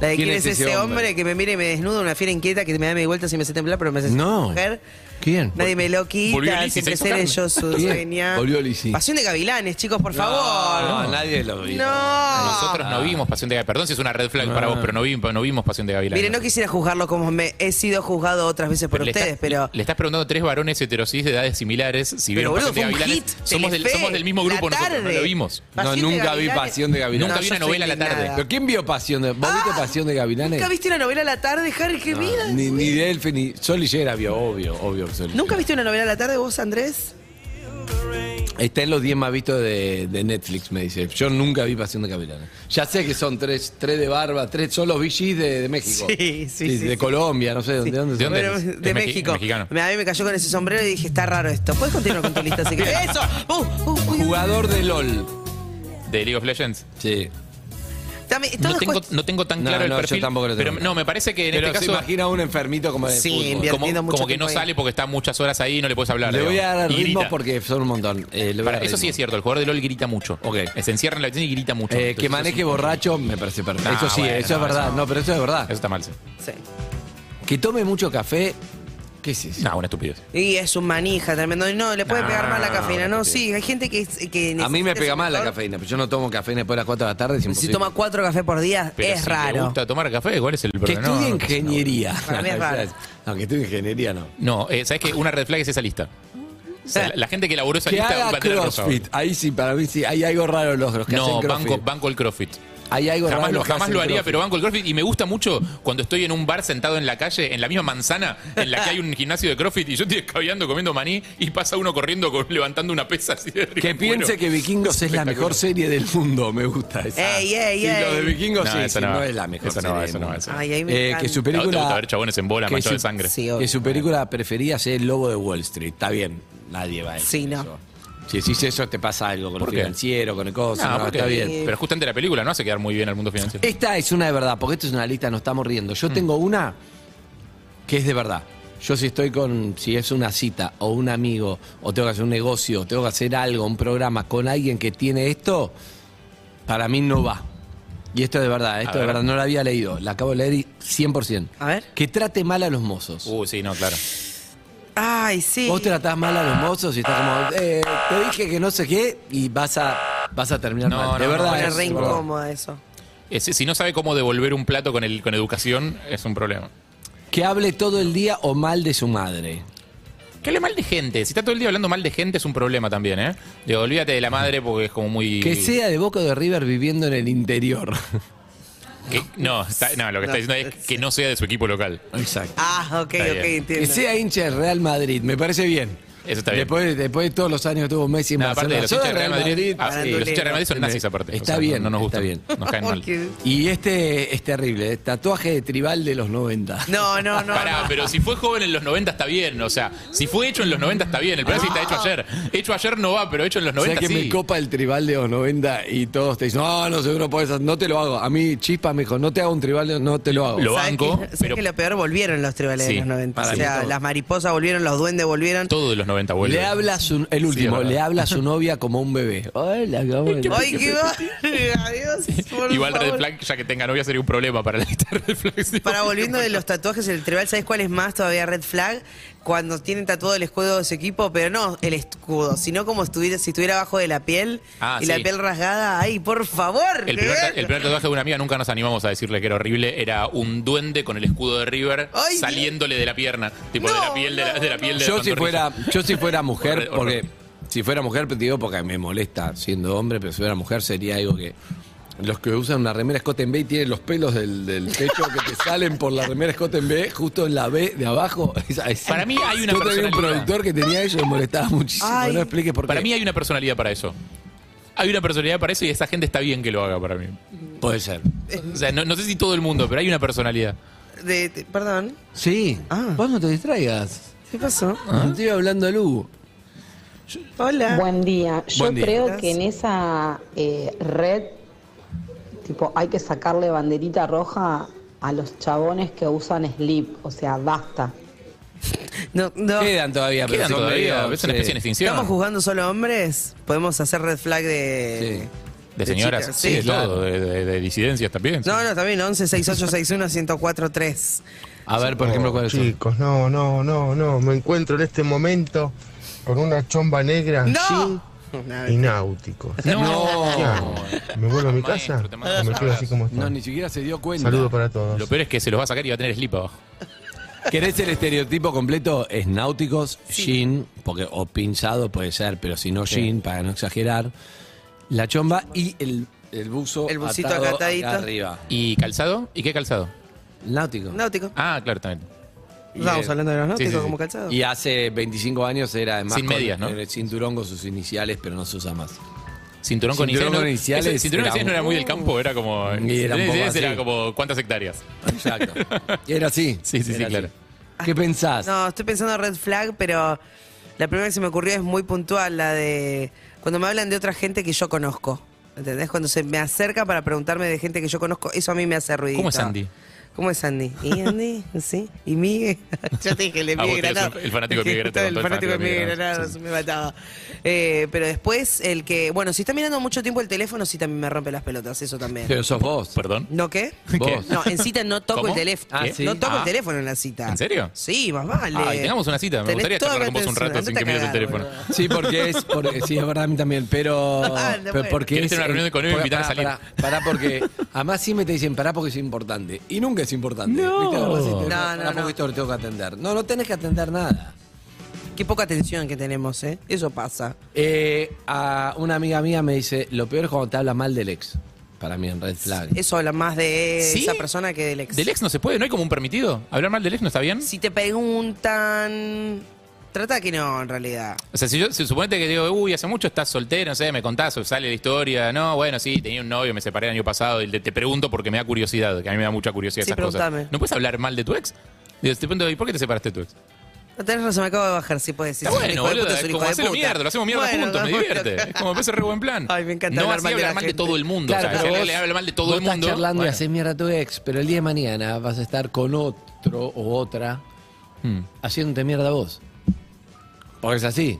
S6: La de quién, es ese hombre? que me mira y me desnuda, una fiera inquieta que me da mi vuelta si me hace temblar, pero me hace
S13: No.
S6: mujer.
S13: ¿Quién?
S6: Nadie me lo
S13: Volvió
S6: quita,
S13: Lizzy,
S6: siempre
S13: se hizo carne.
S6: seré yo su
S13: Bien.
S6: dueña.
S13: Volvió Lizzy.
S6: Pasión de gavilanes, chicos, por favor.
S13: No, nadie lo vio.
S6: No.
S9: Nosotros no vimos Pasión de Gavilanes. Perdón si es una red flag para vos, pero no vimos, no vimos Pasión de Gavilanes.
S6: Mire, no quisiera juzgarlo como me he sido juzgado otras veces por
S9: Pero Pues le
S6: ustedes,
S9: estás-
S6: pero.
S9: Le estás preguntando a tres varones heterosis de edades similares si
S6: Pero,
S9: vieron
S6: boludo,
S9: Pasión de
S6: fue un hit,
S9: Gavilanes. somos, del,
S6: Telefe,
S9: somos del mismo grupo
S6: la
S9: nosotros, no
S6: tarde.
S9: lo vimos.
S13: No,
S6: Pasión de
S13: nunca vi
S6: Gavilanes.
S13: Pasión de Gavilanes.
S9: Nunca vi
S13: yo
S9: una
S13: soy
S9: novela a la
S13: indignada.
S9: tarde.
S13: ¿Pero quién vio Pasión de ¿Vos viste Pasión de Gavilanes?
S6: Ah, ¿Nunca viste una novela a la tarde, Harry? ¡Qué
S13: No,
S6: vida!
S13: ni, ni Delphi, ni Sol Lillera vio, obvio, obvio. Sol
S6: ¿Nunca viste una novela a la tarde vos, Andrés?
S13: Lillera. Está en los 10 más vistos de, de Netflix, me dice. Yo nunca vi Pasión de Gavilanes. Ya sé que son tres, tres de barba, tres, son los VGs de, de México.
S6: Sí, sí, sí,
S13: De
S6: sí.
S13: Colombia, no sé, ¿de dónde son?
S6: Bueno, de México. Me- A mí me cayó con ese sombrero y dije, está raro esto. ¿Puedes continuar con tu lista? Así que, ¡Eso! Uh, uh, uh.
S13: Jugador de LOL.
S9: ¿De League of Legends?
S13: Sí.
S6: También,
S9: No
S6: todas
S9: tengo,
S6: cuest-
S9: no tengo tan
S13: No,
S9: claro
S13: no,
S9: el
S13: yo
S9: perfil.
S13: tampoco lo tengo.
S9: Pero no, me parece que en
S13: Pero
S9: este
S13: se
S9: caso.
S13: imagina un enfermito como de
S6: Sí,
S13: fútbol.
S6: invirtiendo
S9: como,
S6: mucho
S9: como que no
S6: tiempo ahí.
S9: sale porque está muchas horas ahí y no le puedes hablar.
S13: Le voy a dar
S9: Y
S13: ritmo
S9: grita.
S13: porque son un montón. Eh, le voy a
S9: Para,
S13: dar
S9: eso sí
S13: ritmo.
S9: es cierto, el jugador de LOL grita mucho. Se encierra en la habitación y grita mucho.
S13: Eh,
S9: Entonces,
S13: que maneje
S9: eso es un-
S13: borracho me parece perfecto.
S9: No,
S13: eso sí,
S9: bueno,
S13: eso es
S9: no,
S13: verdad.
S9: eso no.
S13: no, pero eso es verdad.
S9: Eso está mal, sí.
S6: Sí.
S13: Que tome mucho café. ¿Qué es eso?
S9: No, una estupidez.
S6: Y es un manija tremendo. Y No, le puede
S13: No,
S6: pegar mal la
S13: no,
S6: cafeína.
S13: no
S6: No, sí, hay gente que. que
S13: A mí me
S6: necesita
S13: pega
S6: su
S13: mal la
S6: mejor.
S13: cafeína, pero yo no tomo café después de las 4 de la tarde. Es
S6: Si
S13: imposible.
S6: toma cuatro cafés por día,
S9: Pero
S6: es
S9: si le
S6: raro.
S9: gusta tomar café, ¿cuál es el
S13: que
S9: problema? No,
S13: estudie
S9: no,
S13: ingeniería.
S6: Para mí es raro.
S13: No, que estudie ingeniería no.
S9: No, eh, ¿sabes qué? Una red flag es esa lista. O sea, la, la gente que elaboró esa
S13: Que
S9: lista
S13: haga
S9: bandera roja.
S13: crossfit. Ahí sí, para mí sí. Hay algo raro en los, los que hacen
S9: No,
S13: crossfit.
S9: banco, banco el crossfit.
S13: Hay algo
S9: Jamás,
S13: raro.
S9: lo,
S13: los que
S9: jamás
S13: hacen
S9: lo haría,
S13: crossfit.
S9: pero banco el crossfit. Y me gusta mucho cuando estoy en un bar sentado en la calle, en la misma manzana en la que hay un gimnasio de crossfit y yo estoy escabeando comiendo maní y pasa uno corriendo con- levantando una pesa así de
S13: Que piense que Vikingos es la mejor serie del mundo. Me gusta eso.
S6: Ey, ey,
S13: Y
S6: ey.
S13: lo de Vikingos sí, sí,
S9: esa
S13: no, es la mejor
S9: esa
S13: serie
S9: no,
S13: del
S9: esa no,
S13: mundo.
S9: esa no.
S6: Ay, ahí me
S13: Eh, que
S6: encanta.
S13: su
S9: ¿Te
S13: película.
S9: gusta ver chabones en bola,
S13: que
S9: manchados
S13: su-
S9: de sangre? Sí,
S13: que su película preferida es El Lobo de Wall Street. Está bien, nadie va a decir
S6: Sí, no.
S13: eso. Si decís eso, te pasa algo con lo
S9: ¿Por qué?
S13: financiero, con el cosa.
S9: No,
S13: no,
S9: porque-
S13: está bien.
S9: Pero justamente la película no hace quedar muy bien al mundo financiero.
S13: Esta es una de verdad, porque esto es una lista, nos estamos riendo.
S9: Mm.
S13: Yo tengo una que es de verdad. Yo si estoy con, si es una cita o un amigo, o tengo que hacer un negocio, o tengo que hacer algo, un programa con alguien que tiene esto, para mí no va. Y esto es de verdad, esto de
S9: ver.
S13: verdad, no la había leído, la acabo de leer y 100%.
S6: A ver.
S13: Que trate mal a los mozos.
S9: Uh, sí, no, claro.
S6: Ay, sí.
S13: Vos tratás mal a los mozos y estás como, eh, te dije que no sé qué y vas a, vas a terminar
S9: No,
S13: mal. De
S9: no, no,
S13: verdad.
S9: no,
S13: es-
S6: Es re incómoda eso.
S9: Eh, si si no sabe cómo devolver un plato con, el, con educación, es un problema.
S13: que hable todo el día o mal de su madre.
S9: Que hable mal de gente. Si está todo el día hablando mal de gente, es un problema también, ¿eh? Digo, olvídate de la madre porque es como muy.
S13: Que sea de Boca o de River viviendo en el interior.
S9: Que- no, está- no, lo que está diciendo es que no sea de su equipo local.
S13: Exacto.
S6: Ah, ok,
S9: Está
S6: ok,
S9: bien.
S6: entiendo.
S13: Que sea hincha del Real Madrid, me parece bien.
S9: Eso está bien.
S13: Después, después de todos los años que tuvo Messi en
S9: No, aparte
S13: Barcelona.
S9: de los
S13: Yo
S9: hinchas de Real Madrid, ah, sí,
S13: Barandulero.
S9: los hinchas de Real Madrid son nazis aparte.
S13: Está
S9: O sea, no-
S13: bien,
S9: no nos
S13: está
S9: gustan.
S13: bien.
S9: Nos caen mal.
S13: Y este es terrible, ¿eh? tatuaje de tribal de los 90.
S6: No, no, no.
S9: Pará, pero si fue joven en los 90 está bien, o sea, si fue hecho en los 90 está bien, el Brasil está hecho ayer. Hecho ayer no va, pero hecho en los
S13: O sea
S9: 90
S13: que me
S9: sí.
S13: copa el tribal de los 90 y todos te dicen, no, no, seguro podés, no te lo hago. A mí, chispa, me dijo, no te hago un tribal, de- no te lo hago.
S6: ¿Sabes que- ¿sabes que lo peor volvieron los tribales
S13: Sí,
S6: de los 90.
S13: para
S6: O
S13: mí
S6: sea,
S13: todo.
S6: las mariposas volvieron, los duendes volvieron.
S9: Todo de los 90 vuelve.
S13: Le habla a su, el último, le habla a su novia como un bebé. Hola, ¿cómo estás?
S6: Ay, qué va- Adiós. por
S9: Igual Red
S6: favor.
S9: Flag, ya que tenga novia, sería un problema para la lista de Red Flag.
S6: Para volviendo de los tatuajes en el tribal, ¿sabes cuál es más todavía red flag? Cuando tienen tatuado el escudo de su equipo, pero no el escudo, sino como estuviera, si estuviera abajo de la piel
S9: Ah,
S6: y la
S9: sí.
S6: piel rasgada. ¡Ay, por favor! ¿eh?
S9: El primer, ta- el primer tatuaje de una amiga, nunca nos animamos a decirle que era horrible, era un duende con el escudo de River saliéndole de la pierna. Tipo, de la piel de la, de la piel de la
S13: Yo si
S9: pantorrilla.
S13: fuera, yo si fuera mujer,
S9: Horror-
S13: porque si fuera mujer, te digo porque me molesta siendo hombre, pero si fuera mujer sería algo que los que usan una remera Scott en B y tienen los pelos del, del pecho que te salen por la remera Scott en B, justo en la B de abajo. Es- es-
S9: Para mí hay una
S13: Yo tenía un
S9: personalidad.
S13: productor que tenía eso y me molestaba muchísimo.
S9: Ay.
S13: No expliques por qué.
S9: Para mí hay una personalidad para eso. Hay una personalidad para eso y esa gente está bien que lo haga para mí.
S13: Puede ser.
S9: O sea, no, no sé si todo el mundo, pero hay una personalidad.
S6: De- de- perdón,
S13: Sí. Vos no te distraigas.
S6: ¿qué pasó?
S9: Ah.
S13: Estoy hablando al Hugo.
S6: Hola.
S18: Buen día. Yo
S13: Buen día.
S18: creo que en esa eh, red, tipo, hay que sacarle banderita roja a los chabones que usan slip. O sea, basta.
S6: No, no.
S13: Quedan todavía, pero
S9: Quedan
S13: son
S9: todavía,
S13: medio-
S9: es una especie en extinción.
S6: ¿Estamos jugando solo a hombres? ¿Podemos hacer red flag de.?
S9: De señoras,
S6: chicas,
S9: sí,
S6: sí,
S9: de
S6: claro.
S9: todo, de, de- de disidencias también.
S6: No, no, también 11 6861 1043.
S13: A ver,
S9: Oh.
S13: por ejemplo, ¿cuál es
S19: Chicos, no, no, no, no. Me encuentro en este momento con una chomba negra jean, y náutico.
S13: No.
S19: ¿Qué
S9: Ah.
S19: hago? ¿Me vuelvo a mi casa? ¿O me quedo así como está?
S13: No, ni siquiera se dio cuenta.
S19: Saludos para todos.
S9: Lo peor es que se los va a sacar y va a tener slip abajo.
S13: ¿Querés el estereotipo completo? Es náuticos, jean, porque, o pinzado puede ser, pero si no
S9: Sí.
S13: jean, para no exagerar. La chomba y el, el buzo.
S9: El
S6: bucito
S13: atado
S6: acatadito.
S13: acá arriba.
S9: ¿Y calzado? ¿Y qué calzado?
S13: Náutico.
S6: Náutico.
S9: Ah, claro, también.
S6: Estábamos
S13: Y, eh,
S6: hablando de los
S13: sí,
S6: náuticos
S13: sí, sí.
S6: como calzados.
S13: Y hace 25 años era además.
S9: Sin
S13: con
S9: medias, ¿no?
S13: El cinturón con sus iniciales, pero no se usa más.
S9: Cinturón con iniciales. no- ese Cinturón con iniciales no era muy del campo, era como.
S13: Y era un poco
S9: iniciales era
S13: así.
S9: como cuántas hectáreas.
S13: Exacto. Era así.
S9: Sí, sí, sí,
S13: Era
S9: claro.
S13: ¿Qué pensás?
S6: No, estoy pensando en red flag, pero la primera que se me ocurrió es muy puntual, la de cuando me hablan de otra gente que yo conozco. ¿Entendés? Cuando se me acerca para preguntarme de gente que yo conozco, eso a mí me hace ruido.
S9: ¿Cómo es Andy?
S6: ¿Cómo es Andy? ¿Y Andy? ¿Sí? ¿Y Miguel? Yo te dije, el de
S9: Ah, vos
S6: Miguel
S9: tenés
S6: Granado.
S9: un- el fanático de Miguel Granado,
S6: El
S9: todo el
S6: fanático de
S9: fanático de
S6: Miguel
S9: Miguel
S6: Granado,
S9: Granado,
S6: se me mataba. Eh, pero después, el que. Bueno, si está mirando mucho tiempo el teléfono, sí también me rompe las pelotas, eso también.
S13: Pero sos vos.
S9: Perdón.
S6: ¿No qué?
S13: Vos.
S6: No, en cita no toco
S9: ¿Cómo?
S6: el teléfono.
S9: Ah, sí.
S6: No toco
S9: Ah.
S6: el teléfono en la cita.
S9: ¿En serio?
S6: Sí, más vale.
S9: Ay, tengamos una cita.
S6: Tenés
S9: Me gustaría
S6: toda
S9: charlar con
S6: mi
S9: vos un rato
S6: atención,
S9: sin
S6: andate
S9: que mires el
S6: a cagar,
S9: teléfono.
S13: Sí, porque es. Porque, sí, es verdad, a mí también. Pero.
S6: Ah,
S13: pero porque
S9: ¿Querés
S13: es
S9: tener una
S13: el-
S9: reunión conmigo y
S13: porque-
S9: invitarme a
S13: pará,
S9: salir?
S13: Pará, pará, porque. Además, siempre te dicen pará porque es importante. Y nunca es importante. No, no,
S6: No,
S13: no.
S6: no, no.
S13: porque esto lo tengo que atender. No, no tenés que atender nada.
S6: Qué poca atención que tenemos, ¿eh? Eso pasa.
S13: Eh, a una amiga mía me dice: Lo peor es cuando te habla mal del ex. Para mí, en Red Flag.
S6: Eso habla más de
S9: ¿Sí?
S6: esa persona que del ex.
S9: ¿Del ex no se puede? ¿No hay como un permitido? ¿Hablar mal del ex no está bien?
S6: Si te preguntan. Trata que no, en realidad.
S9: O sea, si yo si suponete que digo, uy, hace mucho estás soltero, no sé, me contás, o sale la historia, no, bueno, sí, tenía un novio, me separé el año pasado, y te, te pregunto porque me da curiosidad, que a mí me da mucha curiosidad
S6: Sí,
S9: esas
S6: preguntame.
S9: cosas. ¿No puedes hablar mal de tu ex? Digo, te pregunto, ¿y por qué te separaste de tu ex?
S6: No tenés razón, me acabo de bajar, si puedes decir.
S9: Está bueno, boludo, es como hacerlo mierda, lo hacemos mierda juntos, me divierte. Es como parece re buen plan. Ay, me
S6: encanta
S9: no
S6: hablar
S9: así
S6: mal de la
S9: hablar mal de
S6: gente.
S9: todo el mundo.
S13: Claro,
S9: o sea,
S13: pero
S9: si alguien
S13: vos-
S9: le habla mal de todo
S13: vos
S9: el mundo.
S13: Estás charlando y
S9: bueno.
S13: haces mierda a tu ex, pero el día de mañana vas a estar con otro o otra
S9: Mm.
S13: haciéndote mierda a vos. Porque es así.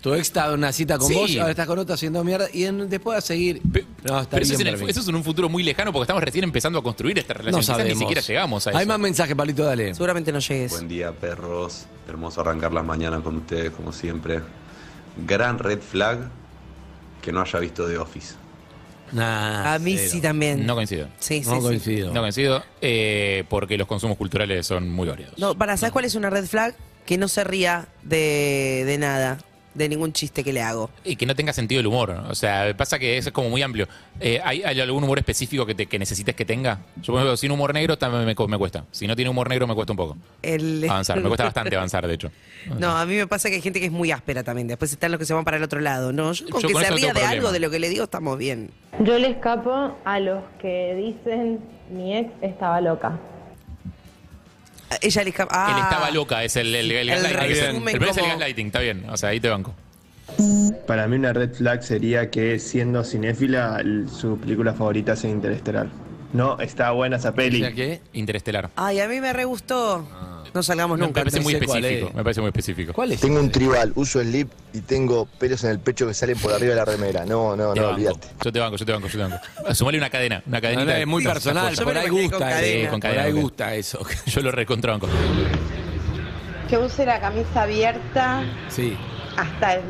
S13: Tu ex estaba en una cita con
S9: Sí.
S13: vos, ahora estás con otro haciendo mierda y en- después vas a seguir. no, está
S9: Pero eso
S13: bien.
S9: es, en el-
S13: para mí.
S9: eso es en un futuro muy lejano porque estamos recién empezando a construir esta relación.
S13: no
S9: Quizás
S13: sabemos.
S9: ni siquiera llegamos a eso.
S13: Hay más mensajes, Palito, dale.
S6: Seguramente no llegues.
S20: Buen día, perros. Hermoso arrancar las mañanas con ustedes, como siempre. Gran red flag que no haya visto The Office.
S6: A mí
S9: cero.
S6: sí también.
S9: No coincido.
S6: Sí, sí, No sí. coincido.
S9: No coincido eh, porque los consumos culturales son muy variados.
S6: No, para, ¿sabes cuál es una red flag? Que no se ría de, de nada. de ningún chiste que le hago.
S9: Y que no tenga sentido el humor. O sea, pasa que eso es como muy amplio. Eh, ¿hay, hay algún humor específico que, te- que necesites que tenga? Yo, por ejemplo, sin humor negro también me, co- me cuesta. Si no tiene humor negro, me cuesta un poco
S6: El-
S9: avanzar. Me cuesta bastante avanzar, de hecho.
S6: No, a mí me pasa que hay gente que es muy áspera también. Después están los que se van para el otro lado. No, yo con
S9: Yo
S6: que
S9: con
S6: se
S9: eso no
S6: ría de
S9: tengo problema.
S6: algo de lo que le digo estamos bien.
S21: Yo le escapo a los que dicen mi ex estaba loca.
S6: Ella le escapa. Ah,
S9: El estaba loca es el, el, el
S6: El
S9: gaslighting. El,
S6: resumen
S9: primero es el
S6: como-
S9: gaslighting, está bien. O sea, ahí te banco.
S22: Para mí una red flag sería que siendo cinéfila l- su película favorita sea Interestelar. No, está buena esa peli.
S9: qué? Interestelar.
S6: Ay, a mí me re gustó.
S9: Ah.
S6: No salgamos
S9: Me
S6: nunca.
S9: parece muy
S6: entonces.
S9: específico. Me parece muy específico.
S23: Tengo un tribal, uso el lip y tengo pelos en el pecho que salen por arriba de la remera. No, no,
S9: Te
S23: no,
S9: banco.
S23: olvídate.
S9: Yo te banco, yo te banco, yo te banco. Sumale una cadena, una cadenita.
S22: No, no,
S9: de-
S22: es muy
S9: de-
S22: personal,
S9: cosas.
S22: por ahí Yo me lo gusta imaginé con eso. cadena.
S9: Sí, con
S22: Por
S9: cadena,
S22: ahí
S9: ok.
S22: gusta eso.
S9: Yo lo recontrabanco.
S24: Que use la camisa abierta
S22: Sí.
S24: hasta el-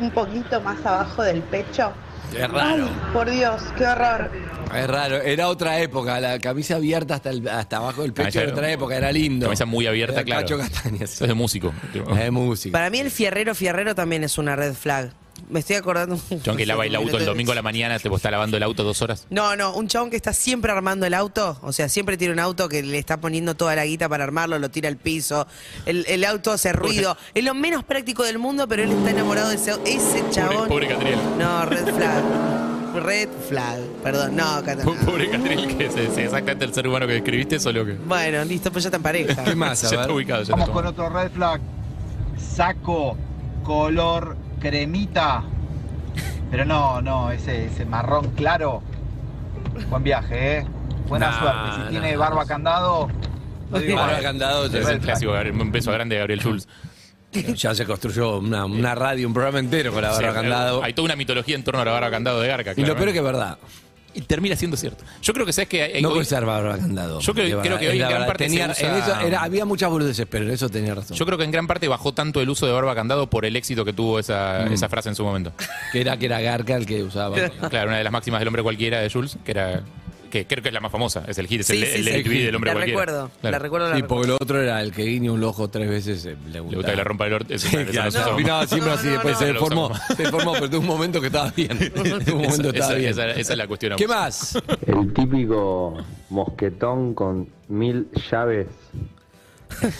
S24: un poquito más abajo del pecho.
S22: Es raro.
S24: Ay, por Dios, qué horror.
S22: Es raro. Era otra época. La camisa abierta hasta, el- hasta abajo del pecho
S9: Camisa-
S22: era otra época. Era lindo.
S9: Camisa muy abierta,
S22: Era
S9: claro.
S22: Cacho Castaña.
S9: Eso es de músico.
S22: Es música.
S6: Para mí el fierrero fierrero también es una red flag. Me estoy acordando.
S9: John que lava el auto el domingo a la mañana, te está lavando el auto dos horas.
S6: No, no, un chabón que está siempre armando el auto, o sea, siempre tiene un auto que le está poniendo toda la guita para armarlo, lo tira al piso, el, el auto hace ruido. Es lo menos práctico del mundo, pero él está enamorado de ese, au- ese chabón.
S9: Pobre Catriel.
S6: No, red flag. Red flag. Perdón, no, Cata.
S9: Po- Pobre Catriel, que es es exactamente el ser humano que describiste, solo que.
S6: Bueno, listo, pues ya está en pareja.
S13: Ah,
S9: Ya está ubicado, ya
S25: Vamos
S9: está
S25: con
S9: ubicado.
S25: otro red flag. Saco color cremita. Pero no, no, ese, ese marrón claro. Buen viaje, ¿eh? Buena
S9: Nah,
S25: suerte. Si tiene
S9: nah,
S25: barba candado. no digo eh,
S9: Ahora
S25: más.
S13: candado,
S9: es el clásico, Gabriel, un beso grande de Gabriel Schulz.
S13: Ya se construyó una, una radio, un programa entero con la barra
S9: Sí, eh,
S13: candado.
S9: Hay toda una mitología en torno a la barra candado de
S13: Y
S9: Garca.
S13: lo
S9: claramente.
S13: peor es que es verdad.
S9: Y termina siendo cierto. Yo creo que sabes que. hay-
S13: No
S9: Eh, hoy-
S13: puede ser barba candado.
S9: Yo creo-
S13: De verdad,
S9: creo que
S13: es
S9: hoy
S13: la
S9: gran
S13: verdad.
S9: parte se
S13: Tenía-
S9: usa-
S13: en eso era- había muchas boludeces, pero en eso tenía razón.
S9: Yo creo que en gran parte bajó tanto el uso de barba candado por el éxito que tuvo esa,
S13: Mm.
S9: esa frase en su momento.
S13: Que era, que era Garca el que usaba.
S9: Claro, una de las máximas del hombre cualquiera de Jules, que era que creo que es la más famosa, es el hit, es
S6: Sí,
S9: el,
S6: sí,
S9: el
S6: sí.
S9: DTV del hombre
S6: La
S9: cualquiera.
S6: recuerdo, la recuerdo, la
S13: Sí, porque lo otro era el que guiña un ojo tres veces. eh, le gusta.
S9: gusta que le rompa el orto, eso
S13: Sí,
S9: no, eso
S13: claro,
S9: no se
S13: se
S9: usa
S13: opinaba
S9: más.
S13: siempre
S9: No,
S13: así.
S9: no,
S13: después
S9: no,
S13: se
S9: no lo
S13: deformó.
S9: usamos
S13: Se deformó, pero tuvo un momento que estaba bien. Tuvo un momento
S9: Esa-
S13: que estaba
S9: esa-
S13: bien.
S9: esa- esa es la cuestión.
S13: ¿Qué más?
S26: El típico mosquetón con mil llaves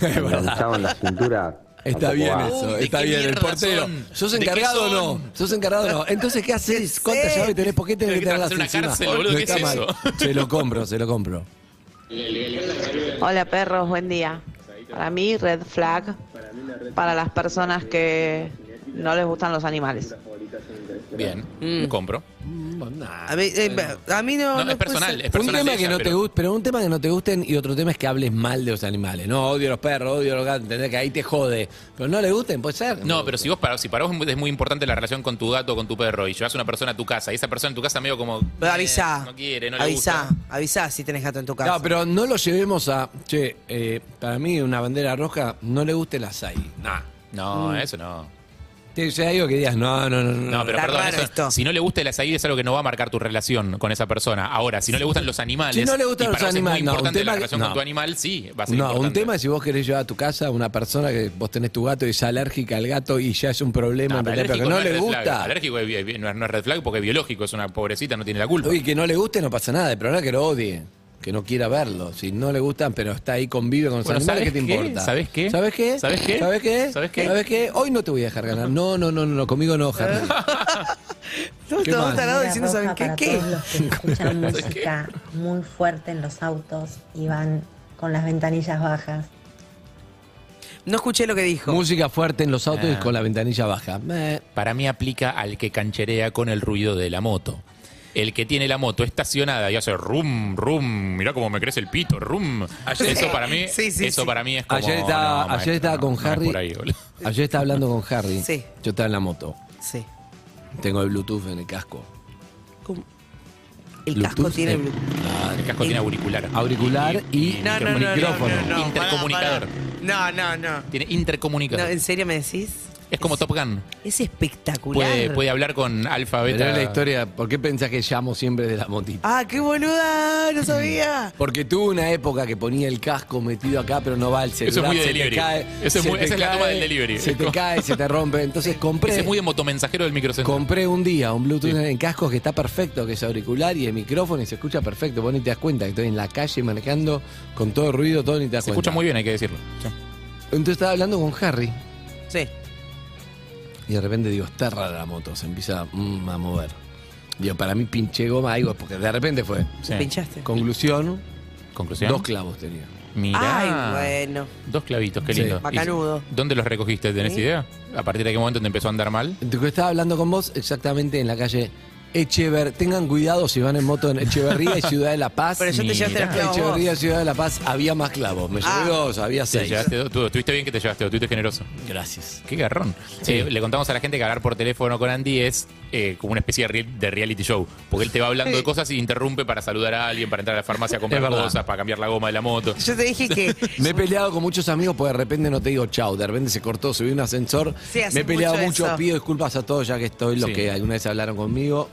S26: enganchado en la cintura.
S13: Está
S26: Tampoco
S13: bien
S26: va.
S13: eso,
S26: ¿De
S13: está
S26: qué
S13: bien, el
S26: mierda
S13: portero.
S26: son?
S13: ¿Sos
S26: ¿De qué
S13: encargado o no?
S26: son?
S13: ¿Sos encargado o no? Entonces, ¿qué haces? ¿Cuántas llaves tenés? ¿Por qué tenés que
S26: Tenés que
S13: tenerlas
S26: hacer una
S13: encima?
S26: cárcel, boludo,
S13: No
S26: ¿qué
S13: está
S26: es
S13: mal.
S26: eso?
S13: Se lo compro, se lo compro.
S21: Hola perros, buen día. Para mí, red flag para las personas que no les gustan los animales.
S9: Bien, Mm. compro.
S6: A mí, eh, a mí no,
S9: No,
S6: no
S9: es personal,
S6: puede ser.
S9: es
S13: un
S9: personal
S13: tema
S9: de
S13: que
S9: ella,
S13: no te
S9: pero-
S13: guste, pero un tema que no te gusten y otro tema es que hables mal de los animales. No, odio a los perros, odio a los gatos, entendés que ahí te jode. Pero no le gusten, puede ser.
S9: No, pero si vos para, si para vos es muy- es muy importante la relación con tu gato o con tu perro y llevas a una persona a tu casa y esa persona en tu casa medio como
S6: Pero Avisá,
S9: eh, no quiere, no le
S6: avisá,
S9: gusta.
S6: avisá si tenés gato en tu casa.
S13: No, pero no lo llevemos a, che, eh, para mí una bandera roja no le guste el açaí. Nah.
S9: No,
S13: Mm.
S9: eso no.
S13: Te dice algo que digas, no, no, no.
S9: No, pero perdón, eso- si no le gusta el azaí es algo que no va a marcar tu relación con esa persona. Ahora, si no le gustan los animales,
S13: Si no le gustan
S9: y para
S13: los
S9: vos es muy
S13: animales, no, un
S9: importante
S13: tema
S9: la
S13: que-
S9: relación
S13: no.
S9: con tu animal, sí, va a ser
S13: no, un
S9: importante.
S13: tema es si vos querés llevar a tu casa a una persona que vos tenés tu gato y es alérgica al gato y ya es un problema,
S9: No, pero
S13: ¿entendés? pero
S9: alérgico
S13: que no,
S9: es
S13: le
S9: red flag.
S13: gusta.
S9: Alérgico es bi- bi- no es no es red flag porque es biológico, es una pobrecita, no tiene la culpa.
S13: Uy, que no le guste no pasa nada, el problema es que lo odie, que no quiera verlo. Si no le gustan, pero está ahí, convive con los
S9: Bueno,
S13: animales, ¿qué
S9: ¿sabés
S13: te
S9: qué?
S13: importa?
S9: ¿Sabés qué?
S13: ¿Sabes qué?
S9: ¿Sabés qué?
S13: ¿Sabes qué?
S9: ¿Sabés qué?
S13: ¿Sabés qué? Hoy no te voy a dejar ganar. No, no, no, no, no, conmigo no, Jardín.
S6: Todos
S13: ¿Qué
S6: estamos
S13: más? Bandera
S6: tarados diciendo, ¿saben qué?
S27: para
S6: ¿Qué?
S27: todos los que escuchan música muy fuerte en los autos y van con las ventanillas bajas.
S6: No escuché lo que dijo.
S13: Música fuerte en los autos y
S9: Ah.
S13: con la ventanilla baja. Eh,
S9: Para mí aplica al que cancherea con el ruido de la moto. El que tiene la moto estacionada y hace rum, rum, mirá cómo me crece el pito, rum.
S13: Ayer-
S9: eso para mí,
S13: Sí, sí,
S9: eso
S13: sí.
S9: para mí es como.
S13: Ayer estaba,
S9: no,
S13: ayer
S9: maestro,
S13: estaba
S9: no,
S13: con
S9: no es
S13: Harry.
S9: por ahí, boludo.
S13: ayer estaba hablando con Harry.
S9: Sí.
S13: Yo estaba en la moto.
S6: Sí.
S13: Tengo el Bluetooth en el casco.
S6: ¿Cómo? El casco
S9: eh.
S6: tiene Bluetooth. eh,
S9: El casco tiene auricular.
S13: Ah, Auricular y
S6: No, no, no, no,
S9: micrófono.
S6: no, no, no,
S9: intercomunicador.
S6: No, no, no.
S9: Tiene intercomunicador.
S6: No, ¿En serio me decís?
S9: Es como Top Gun.
S6: Es espectacular.
S9: Puede, puede hablar con alfa,
S13: Pero
S9: beta.
S13: es la historia, ¿por qué pensás que llamo siempre de la motita?
S6: Ah, qué boluda,
S9: Mm.
S6: no sabía.
S13: Porque tuve una época que ponía el casco metido acá, pero no va al celular.
S9: Eso es muy de
S13: se te
S9: delivery.
S13: cae,
S9: Eso es
S13: se
S9: muy-
S13: te
S9: esa es la
S13: cae,
S9: toma del delivery.
S13: Se te cae, se te rompe. Entonces compré.
S9: Ese es muy de motomensajero del microcentro.
S13: Compré un día un Bluetooth en cascos que está perfecto, que es auricular y el micrófono y se escucha perfecto. Vos ni te das cuenta que estoy en la calle manejando con todo el ruido, todo ni te das
S9: Se
S13: cuenta.
S9: escucha muy bien, hay que decirlo.
S13: Entonces estaba hablando con Harry
S6: Sí.
S13: y de repente digo, está rara la moto, se empieza mm, a mover. Digo, para mí pinché goma, algo, porque de repente fue.
S9: Sí. Pinchaste.
S13: Conclusión.
S9: Conclusión.
S13: Dos clavos tenía.
S9: Mirá.
S6: Ay, bueno.
S9: Dos clavitos, qué
S13: Sí.
S9: lindo.
S6: Macanudo.
S9: ¿Y ¿Dónde los recogiste? ¿Tenés
S13: Sí.
S9: idea? ¿A partir de qué momento te empezó a andar mal?
S13: Yo estaba hablando con vos exactamente en la calle Echever. Tengan cuidado si van en moto en Echeverría y Ciudad de la Paz.
S6: Pero yo te llevaste los clavos vos. Ah.
S13: Echeverría y Ciudad de la Paz había más clavos. Me llevé dos, había
S9: Te
S13: seis.
S9: llevaste dos. Tú, estuviste bien que te llevaste dos, estuviste generoso.
S13: Gracias.
S9: Qué garrón.
S13: Sí.
S9: Eh, le contamos a la gente que hablar por teléfono con Andy es eh, como una especie de, re- de reality show. Porque él te va hablando de cosas y interrumpe para saludar a alguien, para entrar a la farmacia a comprar
S13: Es verdad.
S9: cosas, para cambiar la goma de la moto.
S6: Yo te dije que
S13: Me he peleado con muchos amigos porque de repente no te digo chau, de repente se cortó, subí un ascensor.
S6: Sí, hace
S13: me he peleado
S6: mucho
S13: mucho,
S6: eso.
S13: pido disculpas a todos ya que estoy, los
S6: Sí.
S13: que alguna vez hablaron conmigo.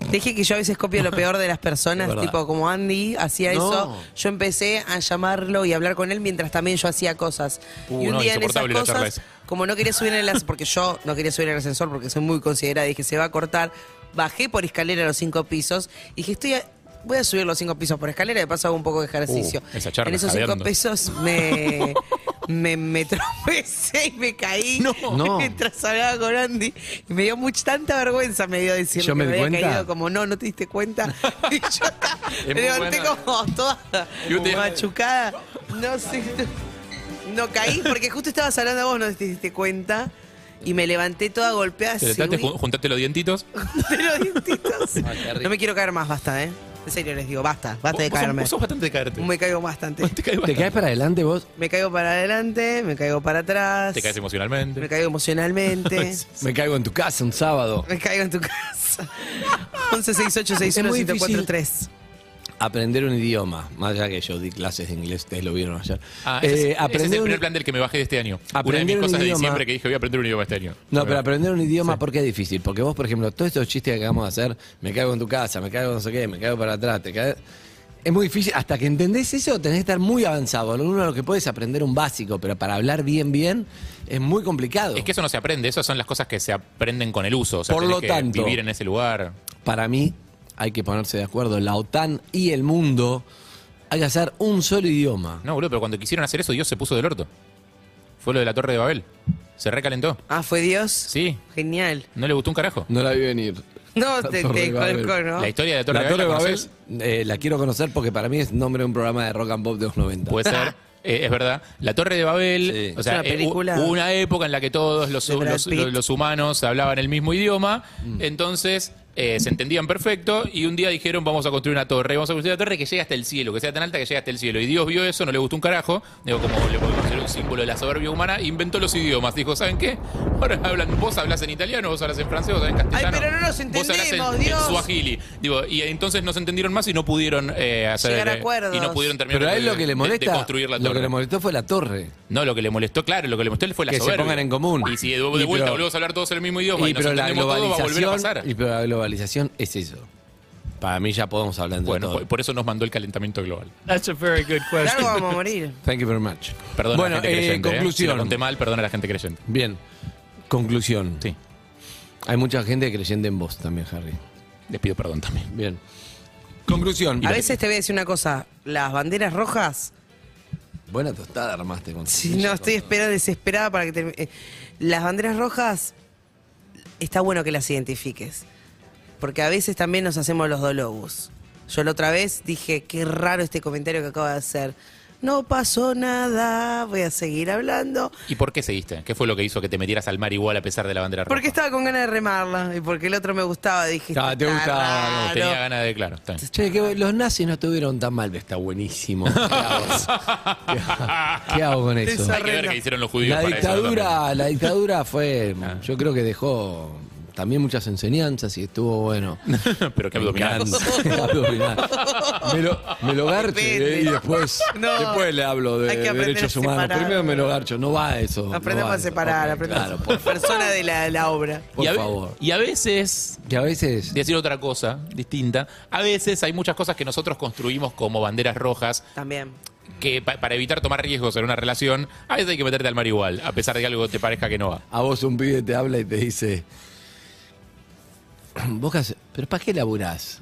S6: Te dije que yo a veces copio lo peor de las personas,
S13: Es verdad.
S6: tipo como Andy hacía
S13: No.
S6: eso. Yo empecé a llamarlo y hablar con él mientras también yo hacía cosas.
S9: Uh,
S6: y un
S9: no,
S6: día en esas
S9: insoportable la charla
S6: cosas,
S9: esa.
S6: como no quería subir en el ascensor, porque yo no quería subir en el ascensor porque soy muy considerada, dije se va a cortar. Bajé por escalera a los cinco pisos y dije estoy a- voy a subir los cinco pisos por escalera y de paso hago un poco de ejercicio.
S9: Uh, esa charla
S6: en esos cinco
S9: jadeando.
S6: pisos me, me, me tropecé y me caí
S13: No.
S6: mientras hablaba con Andy. Y me dio mucha tanta vergüenza, me dio decir
S13: Yo
S6: que
S13: me di
S6: había
S13: cuenta.
S6: caído como no, no te diste cuenta. y yo ta-
S13: muy
S6: me levanté
S13: buena.
S6: como toda
S13: Y un día-
S6: machucada. No sé. No caí porque justo estabas hablando a vos, no te diste cuenta. Y me levanté toda golpeada.
S9: Te trataste,
S6: subí-
S9: ju- juntaste los dientitos.
S6: de los dientitos.
S9: rico.
S6: no me quiero caer más, basta, ¿eh? En serio les digo, basta, basta de
S9: Vos sos-
S6: caerme.
S9: vos sos bastante de caerte.
S6: Me caigo bastante.
S13: ¿Te caes para adelante vos?
S6: Me caigo para adelante, me caigo para atrás.
S9: Te caes emocionalmente.
S6: me caigo emocionalmente.
S13: Me caigo en tu casa un sábado.
S6: Me caigo en tu casa.
S13: Es muy difícil
S6: 1168611043.
S13: Aprender un idioma, más allá que yo di clases de inglés, ustedes lo vieron ayer.
S9: Ah,
S13: Eh,
S9: ese, es- ese es
S13: aprender
S9: el
S13: un-
S9: primer plan del que me bajé de este año. Una de
S13: Aprender
S9: mis
S13: un
S9: cosas de
S13: idioma.
S9: diciembre que dije voy a aprender un idioma este año.
S13: No, pero aprender un idioma, porque es difícil? Porque vos, por ejemplo, todos estos chistes que acabamos de hacer, me caigo en tu casa, me caigo no sé qué, me caigo para atrás, te caigo... Es muy difícil, hasta que entendés eso tenés que estar muy avanzado. Lo uno lo que puedes aprender un básico, pero para hablar bien, bien, es muy complicado.
S9: Es que eso no se aprende, esas son las cosas que se aprenden con el uso. O sea,
S13: Por
S9: tenés
S13: lo
S9: que
S13: tanto-
S9: vivir en ese lugar.
S13: Para mí, hay que ponerse de acuerdo. La OTAN y el mundo, hay que hacer un solo idioma.
S9: No, boludo, pero cuando quisieron hacer eso, Dios se puso del orto. Fue lo de la Torre de Babel. Se recalentó.
S6: Ah, ¿fue Dios?
S9: Sí.
S6: Genial.
S9: No le gustó un carajo.
S13: No la vi venir.
S6: No,
S13: La
S6: te,
S13: Torre
S6: te
S13: de Babel.
S6: colgó, ¿no?
S9: La historia de la Torre
S13: La
S9: de Babel.
S13: Torre
S9: ¿la
S13: Babel,
S9: conocés?
S13: eh, la quiero conocer porque para mí es nombre de un programa de rock and pop de los 90.
S9: Puede ser. Eh, es verdad. La Torre de Babel. O
S13: Es
S9: sea,
S13: una
S9: eh, hu-
S13: película.
S9: hubo una época en la que todos los,
S13: De Brad
S9: los-
S13: Pitt.
S9: los- los humanos hablaban el mismo idioma. Entonces. eh, se entendían perfecto y un día dijeron vamos a construir una torre, vamos a construir una torre que llegue hasta el cielo, que sea tan alta que llegue hasta el cielo. Y Dios vio eso, no le gustó un carajo, digo, como le podemos hacer un símbolo de la soberbia humana, inventó los idiomas, dijo, ¿saben qué? Ahora hablan, vos hablas en italiano, vos hablas en francés, vos hablas en
S6: Ay,
S9: castellano.
S6: pero no nos
S9: Vos hablás en,
S6: entendemos,
S9: en
S6: Dios.
S9: Swahili. Digo, y entonces no se entendieron más y no pudieron eh, hacer.
S6: Llegar a
S9: eh,
S6: acuerdos.
S9: Y no pudieron terminar
S13: Pero a
S9: de-
S13: él lo que
S9: de-
S13: le molesta,
S9: de construir la
S13: lo que
S9: torre.
S13: le molestó fue la torre.
S9: No, lo que le molestó, claro, lo que le molestó a él fue la
S13: Que se
S9: soberbia.
S13: pongan en común.
S9: Y si de, de
S13: Y
S9: vuelta
S13: pero-
S9: volvemos a hablar todos el mismo idioma y,
S13: Y
S9: nos
S13: pero la
S9: entendemos todos, va a volver a pasar.
S13: globalización, y pero la globalización es eso. Para mí ya podemos hablar de
S9: Bueno,
S13: todo.
S9: por, por eso nos mandó el calentamiento global.
S10: That's a very good
S6: De algo vamos a morir.
S13: Thank you very much.
S9: Perdón
S13: bueno,
S9: a la gente
S13: eh,
S9: creyente. ¿eh? Si lo
S13: conclusión.
S9: conté mal, perdón a la gente creyente.
S13: Bien, conclusión.
S9: Sí.
S13: Hay mucha gente creyente en vos también, Harry.
S9: Les pido perdón también.
S13: Bien. Conclusión.
S6: A veces te voy a decir una cosa. Las banderas rojas,
S13: Buena tostada armaste con
S6: si no estoy esperando desesperada para que termine. eh, Las banderas rojas, está bueno que las identifiques. Porque a veces también nos hacemos los dolobus. Yo la otra vez dije, qué raro este comentario que acaba de hacer. No pasó nada, voy a seguir hablando.
S9: ¿Y por qué seguiste? ¿Qué fue lo que hizo que te metieras al mar igual a pesar de la bandera roja?
S6: Porque estaba con ganas de remarla y porque el otro me gustaba. Dije,
S9: Ah, te
S6: "Está
S9: gustaba,
S6: raro".
S9: Tenía ganas de, claro. está bien.
S13: Che, que los nazis no estuvieron tan mal. Está buenísimo. ¿Qué hago, ¿Qué hago con eso?
S9: Hay que ver qué hicieron los judíos
S13: La
S9: para eso.
S6: Ah.
S13: dictadura, la dictadura fue, yo creo que dejó también muchas enseñanzas y estuvo bueno.
S9: Pero que abdominal.
S13: Abdominal. Me lo, me lo garcho eh, y después,
S6: No.
S13: después le hablo de
S6: Hay que aprender
S13: derechos
S6: a
S13: humanos.
S6: separar.
S13: Primero me lo garcho, no va eso. no
S6: Aprendemos
S13: va
S6: a
S13: eso.
S6: separar,
S13: Ok,
S6: aprendemos
S13: claro,
S6: por persona de la, la obra.
S13: Por
S9: y a, ve-
S13: favor.
S9: y a veces.
S13: Que a veces.
S9: Decir otra cosa distinta. A veces hay muchas cosas que nosotros construimos como banderas rojas
S6: También.
S9: que pa- para evitar tomar riesgos en una relación, a veces hay que meterte al mar igual, a pesar de que algo te parezca que no va.
S13: A vos un pibe te habla y te dice, vos qué haces? pero ¿para qué laburás?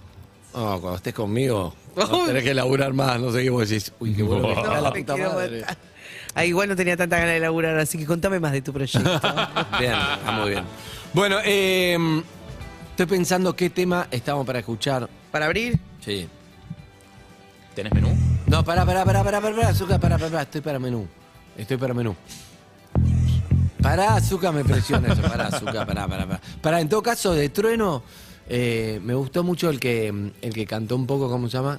S13: No, cuando estés conmigo, no tenés que laburar más, no sé qué vos decís, uy, qué bueno. que está la
S6: Te
S13: puta
S6: quiero
S13: madre.
S6: matar. Ah, igual no tenía tanta ganas de laburar, así que contame más de tu proyecto.
S13: Bien, está muy bien. Bueno, eh, estoy pensando qué tema estamos para escuchar.
S6: ¿Para abrir?
S13: Sí.
S9: ¿Tenés menú?
S13: No, pará, pará, pará, pará, pará, pará, Azúcar, pará, pará, pará, estoy para menú. Estoy para menú. Pará, Azúcar, me presiona eso, pará, Azúcar, pará, pará, pará. Pará, en todo caso, de Trueno, eh, me gustó mucho el que, mm, el que cantó un poco, ¿cómo se llama?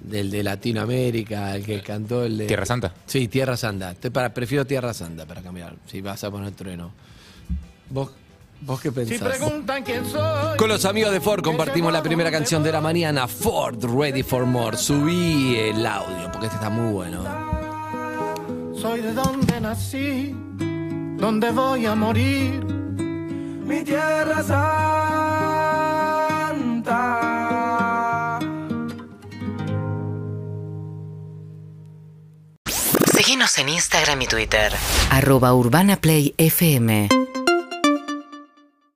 S13: Del de Latinoamérica, el que cantó el de...
S9: Tierra Santa.
S13: Sí, Tierra Santa. Estoy para, prefiero Tierra Santa para cambiar, si vas a poner Trueno. ¿Vos, vos qué pensás?
S1: quién soy.
S13: Con los amigos de Ford compartimos la primera canción de la mañana, Ford Ready for More. Subí el audio porque este está muy bueno.
S1: Soy de donde nací, donde voy a morir. Mi tierra santa.
S28: Síguenos en Instagram y Twitter.
S2: Arroba Urbana Play FM.